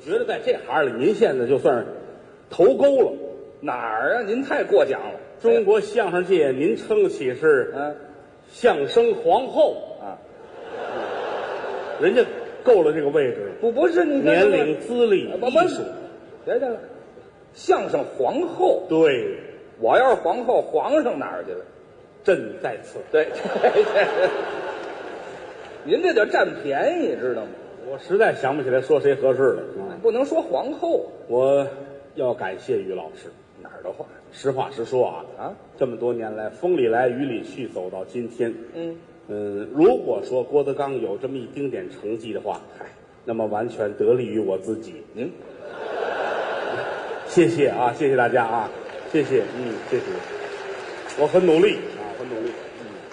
觉得在这行里，您现在就算是头钩了。哪儿啊？您太过奖了。中国相声界，您称得起是嗯相声皇后，啊，人家够了这个位置，不不是你看年龄、资历、啊不不是艺术，，别去了。相声皇后，对，我要是皇后，皇上哪儿去了？朕在此。对， 对对您这叫占便宜，知道吗？我实在想不起来说谁合适了。嗯不能说皇后，我要感谢于老师，哪儿的话实话实说啊，啊，这么多年来，风里来雨里去，走到今天，嗯，嗯，如果说郭德纲有这么一丁点成绩的话，嗨，那么完全得力于我自己。您谢谢啊，谢谢大家啊，谢谢，嗯，谢谢，我很努力啊，很努力。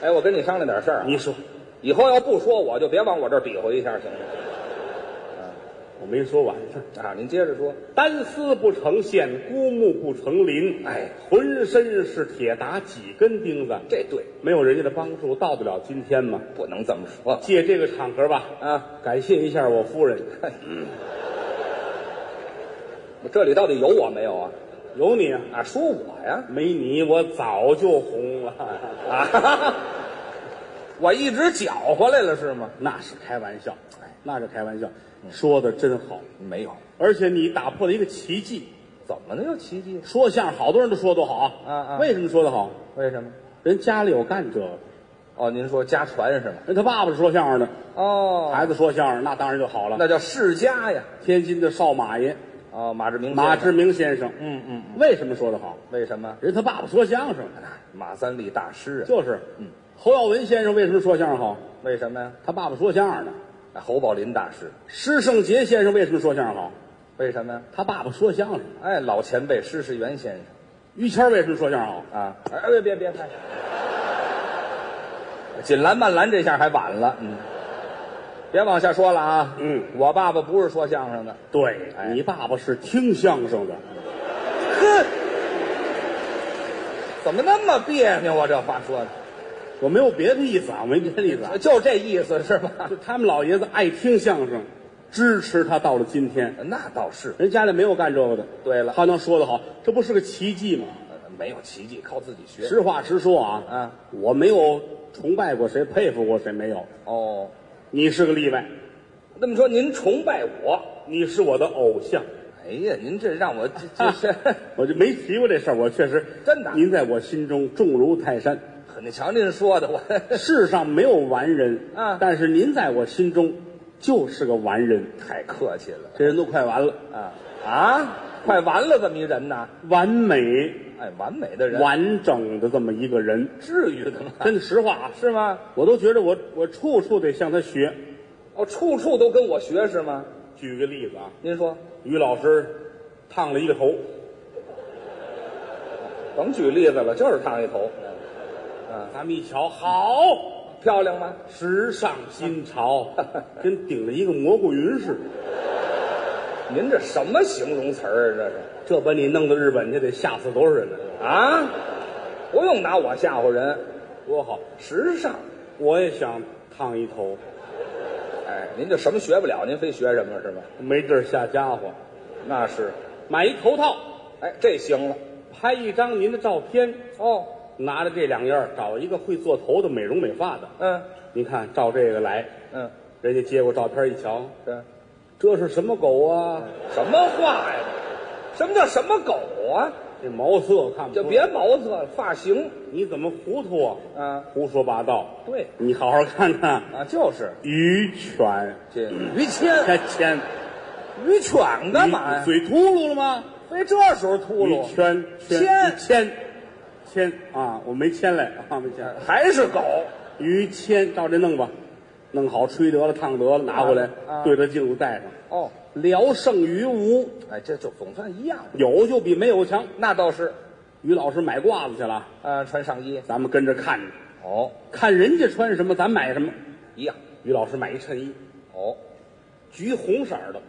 哎，我跟你商量点事儿啊，你说，以后要不说我就别往我这儿比划一下，行吗？我没说完，啊，您接着说，单丝不成线，孤木不成林。哎，浑身是铁打几根钉子，这对，没有人家的帮助，到得了今天吗？不能这么说借这个场合吧，啊。感谢一下我夫人，这里到底有我没有啊？有你啊，啊，说我呀没你我早就红了。 啊哈哈， 我一直搅和来了是吗？那是开玩笑，哎那是开玩笑，嗯说的真好，没有，而且你打破了一个奇迹。怎么能有奇迹？说相声好多人都说多好啊，啊啊为什么说的好？为什么？人家里有干这个，哦，您说家传是吗？人他爸爸是说相声的，哦，孩子说相声，那当然就好了。那叫世家呀。天津的少马爷哦，马志明先生，马志明先生，嗯嗯，为什么说的好？为什么？人他爸爸说相声，啊马三立大师啊？就是，侯耀文先生为什么说相声好？为什么呀？他爸爸说相声的。啊侯宝林大师，施圣杰先生为什么说相声好？为什么呀？他爸爸说相声。哎，老前辈施世元先生于谦儿为什么说相声好？啊！哎，别别别拍！锦兰曼兰这下还晚了，嗯，别往下说了啊。嗯，我爸爸不是说相声的，对、哎你爸爸是听相声的，哼， 怎么那么别扭啊？这话说的，我没有别的意思啊，我没别的意思啊，就这意思是吧？ 就哎他们老爷子爱听相声，支持他到了今天。那倒是。人家里没有干这个的，对了，他能说得好，这不是个奇迹吗？呃没有奇迹，靠自己学。实话实说啊，嗯，我没有崇拜过谁，佩服过谁，没有。哦，你是个例外，那么说您崇拜我？你是我的偶像，哎呀，您这让我这这是，我就没提过这事儿。我确实真的您在我心中重如泰山。你瞧您说的，我 世上没有完人，嗯但是您在我心中就是个完人。太客气了这人都快完了，啊啊！快完了，这么一人呐，完美、哎，完美的人，完整的这么一个人，至于的吗？ 真的实话啊，是吗？我都觉得我我处处得向他学。哦，处处都跟我学是吗？举个例子啊，您说，于老师烫了一个头，甭举例子了，就是烫一头，咱们一瞧，好，漂亮吗？时尚新潮，跟顶着一个蘑菇云似的。您这什么形容词儿啊？这是这把你弄到日本去，得吓死多少人呢？啊？不用拿我吓唬人，多好，时尚。我也想烫一头，哎，您这什么学不了，您非学什么是吧？没地儿下家伙，那是，买一头套，哎，这行了。拍一张您的照片，哦，拿着这两样儿找一个会做头的美容美发的，嗯您看照这个来，嗯，人家接过照片一瞧，对，这是什么狗啊？什么话呀？什么叫什么狗啊？这毛色看不就出别毛色了，发型你怎么糊涂啊？啊，胡说八道！对你好好看看啊，就是于犬，这于谦，还谦于犬干嘛你呀？嘴秃噜了吗？非这时候秃于噜，圈谦谦谦啊，我没谦来啊，没谦。还是狗？于谦，照这弄吧，弄好吹得了，烫得了，拿回来啊啊对着镜子戴上，哦，聊胜于无，哎，这就总算一样。有就比没有强。那倒是，于老师买褂子去了，呃，穿上衣咱们跟着看着，哦，看人家穿什么，咱买什么。一样于老师买一衬衣，哦，橘红色儿的，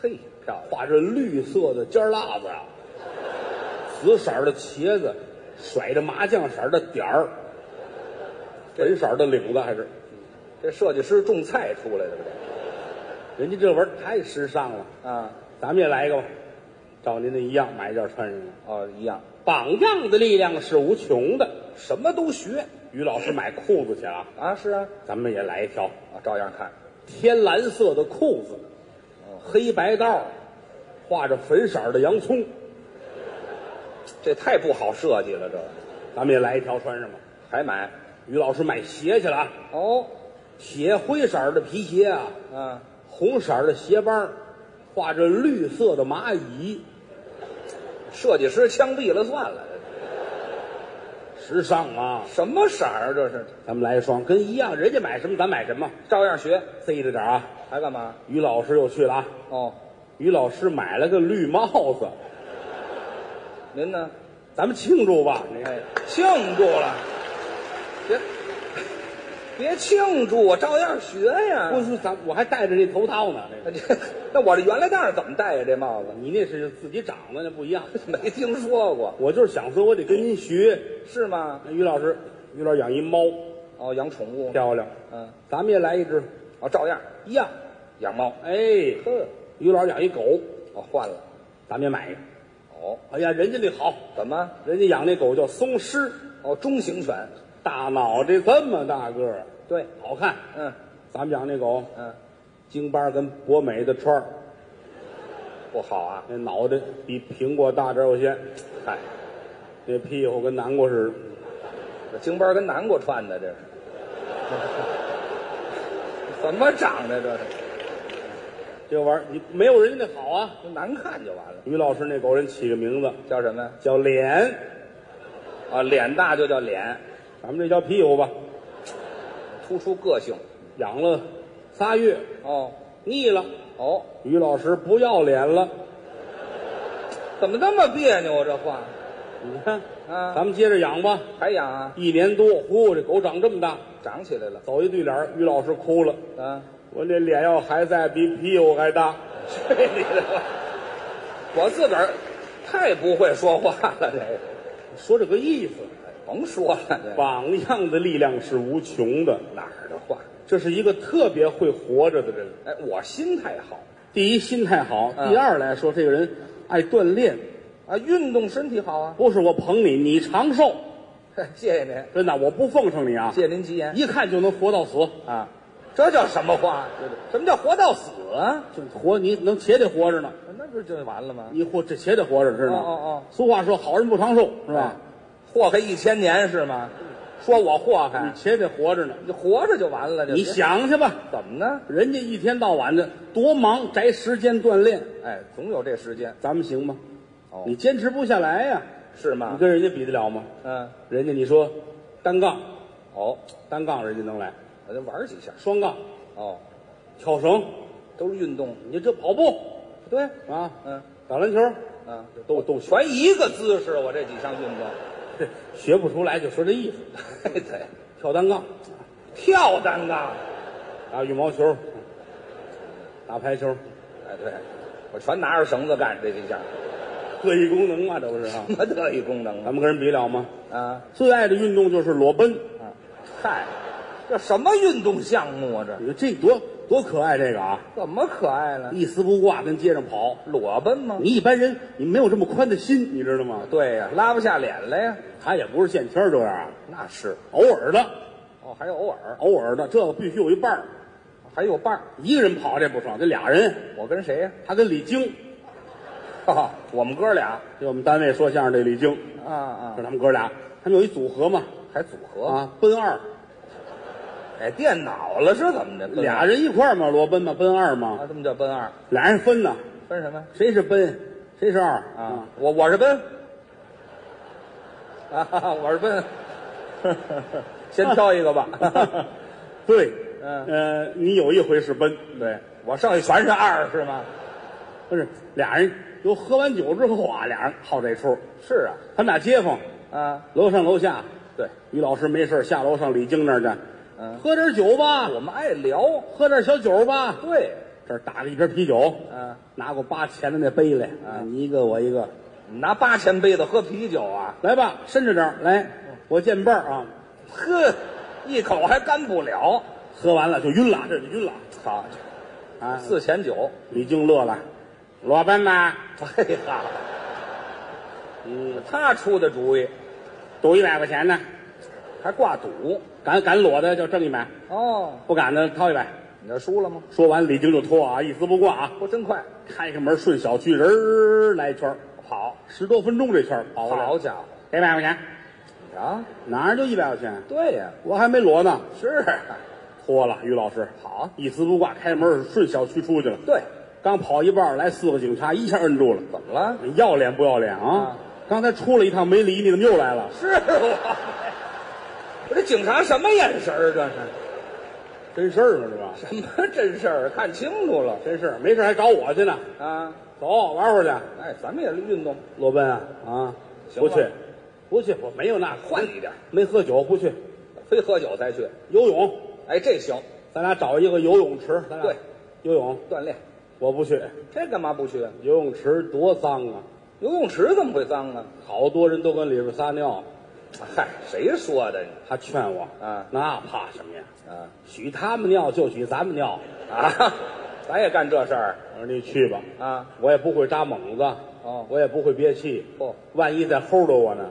嘿，漂亮，画着绿色的尖辣子啊，紫色儿的茄子，甩着麻将色儿的点儿，粉色儿的领子还是，这设计师种菜出来的吧？人家这玩意儿太时尚了。这啊，咱们也来一个吧，照您的一样买一件穿上了。哦，一样，榜样的力量是无穷的。什么都学于老师买裤子去啊，啊，是啊，咱们也来一条啊，照样看，天蓝色的裤子，黑白道儿，画着粉色儿的洋葱，这太不好设计了，这咱们也来一条穿上吧。还买？于老师买鞋去了啊，哦，铁灰色儿的皮鞋啊，啊，红色儿的鞋帮儿，画着绿色的蚂蚁，设计师枪毙了算了，时尚啊！什么色儿啊这是？咱们来一双跟一样，人家买什么咱买什么，照样学，塞着点儿啊。还干嘛？于老师又去了啊，哦，于老师买了个绿帽子，您呢？咱们庆祝吧！你看哎，庆祝了，别别庆祝，我照样学呀。 不是咱我还戴着那头套呢，这个这那我这原来戴是怎么戴呀？这帽子你那是自己长的，那不一样。 没听说过，我就是想说，我得跟您学。是吗？于老师，于老师养一猫，哦，养宠物，漂亮，嗯，咱们也来一只，哦，照样一样。养猫。哎，呵，于老师养一狗，哦，换了，咱们也买一个。哦，哎呀，人家那好，怎么？人家养那狗叫松狮，哦，中型犬，大脑袋这么大个儿，对，好看。嗯咱们养那狗，嗯，京巴跟博美的串儿，不好啊，那脑袋比苹果大点儿有些，嗨，那屁股跟南瓜似的。这京巴跟南瓜串的这是，怎么长的这是？这玩意儿你没有人家那好啊。难看就完了，于老师那狗人起个名字叫什么呀？叫脸，啊，脸大就叫脸，咱们这叫屁股吧。突出个性。养了仨月，哦腻了，哦，于老师不要脸了。怎么那么别扭啊？这话你看，啊咱们接着养吧。还养啊？一年多，呼，这狗长这么大，长起来了走一对脸儿，于老师哭了。啊！我这脸要还在，比屁股还大。去你的吧！我自个儿太不会说话了，这个说这个意思，甭说了，这个榜样的力量是无穷的。哪儿的话？这是一个特别会活着的人。哎，我心态好第一，心态好；嗯第二来说，这个人爱锻炼。啊，运动身体好啊。 不是我捧你，你长寿。嘿谢谢您，真的，我不奉承你啊，谢谢您吉言一看就能活到死，啊！这叫什么话？这这什么叫活到死啊？就活你能且得活着呢，那不是就完了吗？你活这且得活着，知道吗？哦哦哎哦俗话说好人不长寿，是吧？祸害一千年是吗？说我祸你害，且得活着呢，你活着就完了。这你哎别想去吧，怎么呢？人家一天到晚的多忙，宅时间锻炼，哎，总有这时间，咱们行吗？哦啊你坚持不下来呀、是你吗？跟人家比得了吗？嗯，人家你说单杠，哦，单杠人家能来，我就玩几下。双杠、哦，跳绳，都是运动，你这跑步对，啊，嗯打篮球嗯，都都学 全一个姿势，我这几项运动。 学不出来，就说这意思。对，跳单杠，跳单杠，打羽毛球，打排球，哎，对，我全拿着绳子干这几项，特异功能嘛，这不是 啊什？么特异功能咱啊？们跟人比了吗？啊，最爱的运动就是裸奔，啊嗨，这什么运动项目啊？这你说这多多可爱，这个啊，怎么可爱了？一丝不挂跟街上跑。裸奔吗？你一般人你没有这么宽的心，你知道吗？对呀、拉不下脸来呀、他也不是见天儿这样啊，那是。偶尔的，哦，还有偶尔，偶尔的，这个必须有一伴儿。还有伴儿。一个人跑这不爽，得俩人。我跟谁呀、他跟李菁，哈哈，我们哥俩就我们单位说相声这李菁，啊啊是，他们哥俩，他们有一组合嘛，还组合。啊，奔二，哎，电脑了是怎么着？奔俩二人一块儿嘛，裸奔嘛，奔二嘛，啊，这么叫奔二，俩人分呢，分什么呀？谁是奔，谁是二啊？，我我是奔，啊，哈哈我是奔，先挑一个吧。 啊 对，嗯呃，你有一回是奔，对，我剩下全是二是吗？不是俩人都喝完酒之后啊，俩人好这出，是啊，他们俩街坊，啊，楼上楼下，对，于老师没事儿下楼上李菁那儿去，嗯喝点酒吧，我们爱聊，喝点小酒吧，对，这儿打了一瓶啤酒，嗯，拿过八钱的那杯来，啊，你一个我一个，拿八千杯子喝啤酒啊，来吧，伸着点儿来，嗯我见伴儿啊，呵，一口还干不了。喝完了就晕了，这就晕了好，啊，四千九，李菁乐了，裸奔呐， 哎呀，嗯，他出的主意，赌一百块钱呢，还挂赌。敢敢裸的就挣一百，哦，不敢的掏一百。你这输了吗？说完，李靖就脱啊，一丝不挂啊，我真快，开开门顺小区人儿来一圈儿，跑，十多分钟这圈儿跑回来好家伙，给一百块钱，啊，哪儿就一百块钱？对呀，我还没裸呢，是，脱了，于老师好，一丝不挂，开门顺小区出去了。对，刚跑一半儿，来四个警察，一下摁住了。怎么了？你要脸不要脸啊啊？刚才出了一趟没理你，怎么又来了？是我，我这警察什么眼神儿？啊这是真事儿嘛是吧？什么真事儿？啊看清楚了真事儿，没事儿还找我去呢。啊！走，玩会儿去。哎，咱们也运动，裸奔啊啊！行不吧去，不去，我没有那换一点儿，没喝酒，不去。非喝酒才去。游泳，哎，这行，咱俩找一个游泳池，咱俩对游泳，锻炼。我不去。这干嘛不去？啊游泳池多脏啊，游泳池怎么会脏啊？好多人都跟里边撒尿。嗨，谁说的你？他劝我，啊那怕什么呀？啊许他们尿就许咱们尿。啊，咱也干这事儿我说你去吧，啊？我也不会扎猛子，哦我也不会憋气，不、万一再齁着我呢？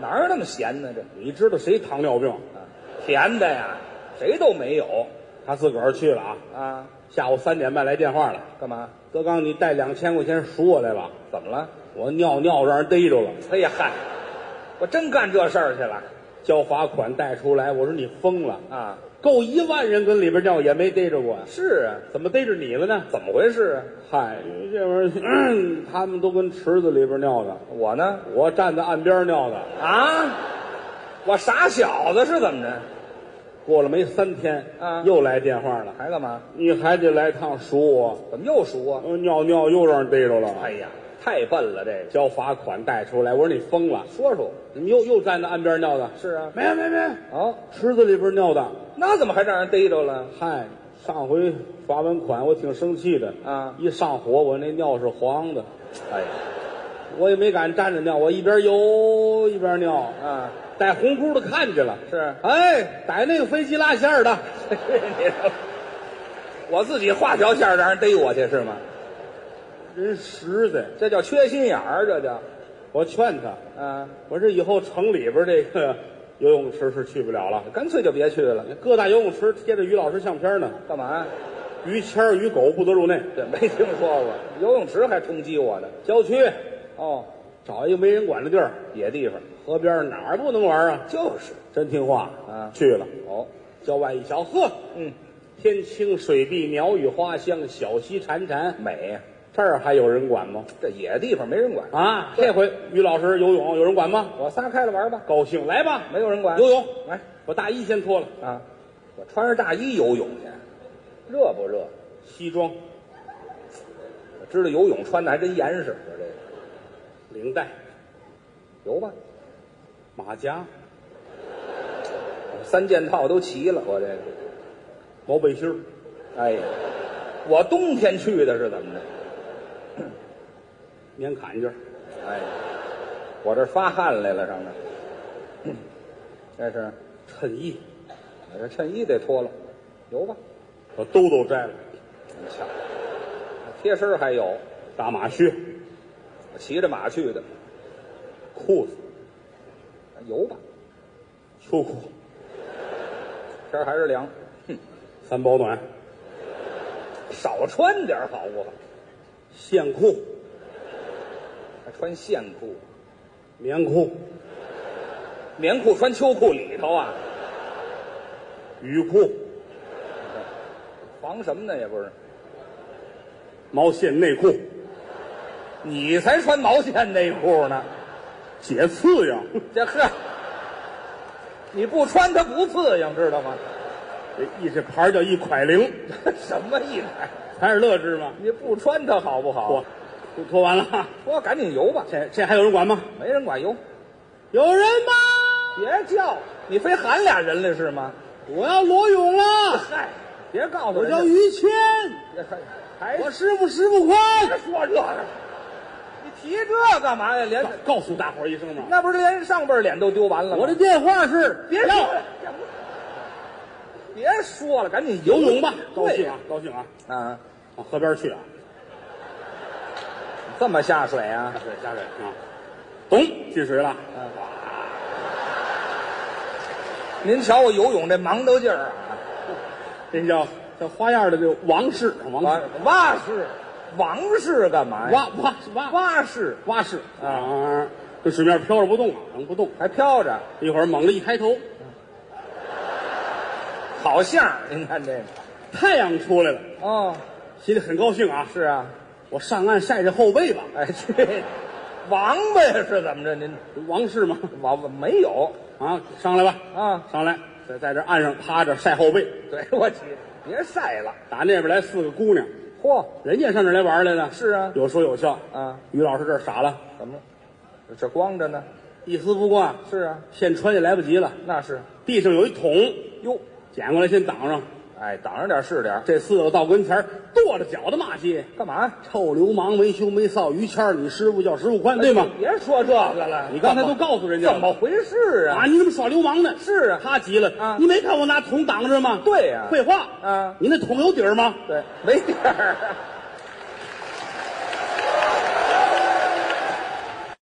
哪有那么闲呢？这你知道谁糖尿病？啊，甜的呀，谁都没有他自个儿去了啊，啊？下午三点半来电话了，干嘛？德刚，你带两千块钱赎我来吧，怎么了？我尿尿让人逮着了，哎呀嗨，我真干这事儿去了交罚款带出来，我说你疯了，啊！够一万人跟里边尿也没逮着过呀，是啊，怎么逮着你了呢？怎么回事啊？嗨，这玩意儿嗯他们都跟池子里边尿的，我呢？我站在岸边尿的。啊，我傻小子是怎么着？过了没三天，啊又来电话了，还干嘛？你还得来趟赎我。怎么又熟啊？呃尿尿又让人逮着了，哎呀，太笨了这个。交罚款带出来。我说你疯了，说说怎么又又站在岸边尿的？是啊，没有没有没有，哦，池子里边尿的。那怎么还让人逮着了？嗨，上回罚完款我挺生气的啊一上火我那尿是黄的，哎呀，我也没敢站着尿，我一边游一边尿，啊，带红箍的看见了，是 哎，逮那个飞机拉线儿的，你说我自己画条线儿让人逮我去是吗？人实在。这叫缺心眼儿，这叫我劝他，啊，我这以后城里边这个游泳池是去不了了。干脆就别去了。各大游泳池贴着于老师相片呢，干嘛呀？于谦儿、于狗不得入内。这没听说过，游泳池还通缉我呢。郊区哦，找一个没人管的地儿，野地方河边儿哪儿不能玩啊？就是真听话啊去了。哦，郊外一瞧，呵，嗯，天青水碧，鸟语花香，小溪潺潺。美呀，这儿还有人管吗？这野地方没人管。啊，这回于老师游泳有人管吗？我撒开了玩吧，高兴，来吧，没有人管。游泳。来我大衣先脱了，啊，我穿着大衣游泳去，热不热？西装、我知道游泳穿的还真严实，我这个领带、游吧，马甲、三件套都齐了，我这个。毛背心儿哎呀，我冬天去的是怎么着？棉坎肩儿哎呀，我这发汗来了，上这。这是，衬衣，我这衬衣得脱了，游吧。我兜都摘了，你瞧，贴身儿还有，大马靴、我骑着马去的，裤子、游吧。秋裤、天儿还是凉，三保暖、少穿点儿好不好？线裤、还穿线裤，棉裤、棉裤穿秋裤里头啊，雨裤、防什么呢？也不是，毛线内裤、你才穿毛线内裤呢，解刺痒。这呵，你不穿它不刺痒，知道吗？ 这一这牌儿叫一块零，什么意思？还是乐之吗？你不穿它好不好脱？，都脱完了啊，我赶紧游吧，这这还有人管吗？没人管游，有人吗？别叫，你非喊俩人来是吗？我要裸泳了，嗨，别告诉我人叫家于谦，还我师傅师傅宽。别说这个，你提这干嘛呀？连告告诉大伙儿一声嘛，那不是连上辈脸都丢完了吗？我这电话是别说要了，别说了，赶紧游泳吧，高对兴呀啊，高兴啊，啊，往河边去啊，这么下水啊？水下水啊，咚进水了，您瞧我游泳这忙得劲儿啊！这叫叫花样的这王氏王蛙氏蛙式，王式干嘛呀？蛙蛙蛙蛙式蛙式啊，跟水面飘着不动啊，能不动。还飘着，一会儿猛地一抬头，好像儿您看这个太阳出来了，哦，心里很高兴啊，是啊，我上岸晒晒后背吧。哎去，王八呀是怎么着？您王氏嘛，王八没有啊，上来吧，啊？上来，在在这岸上趴着晒后背。对我去，别晒了，打那边来四个姑娘，嚯，人家上这儿来玩来了，是啊有说有笑。啊，于老师这儿傻了，怎么了？这光着呢？一丝不挂，是啊，现穿也来不及了。那是地上有一桶，哟，捡过来先挡上。哎，挡着点是点儿，这四个到跟前儿跺着脚的骂街：“干嘛？臭流氓，没羞没臊！于谦儿，你师傅叫石富宽，对吗？别说这个了，你刚才都告诉人家了怎么回事啊啊，？你怎么耍流氓呢？是啊，他急了，啊你没看我拿桶挡着吗？对呀废话，啊你那桶有底儿吗？对，没底儿，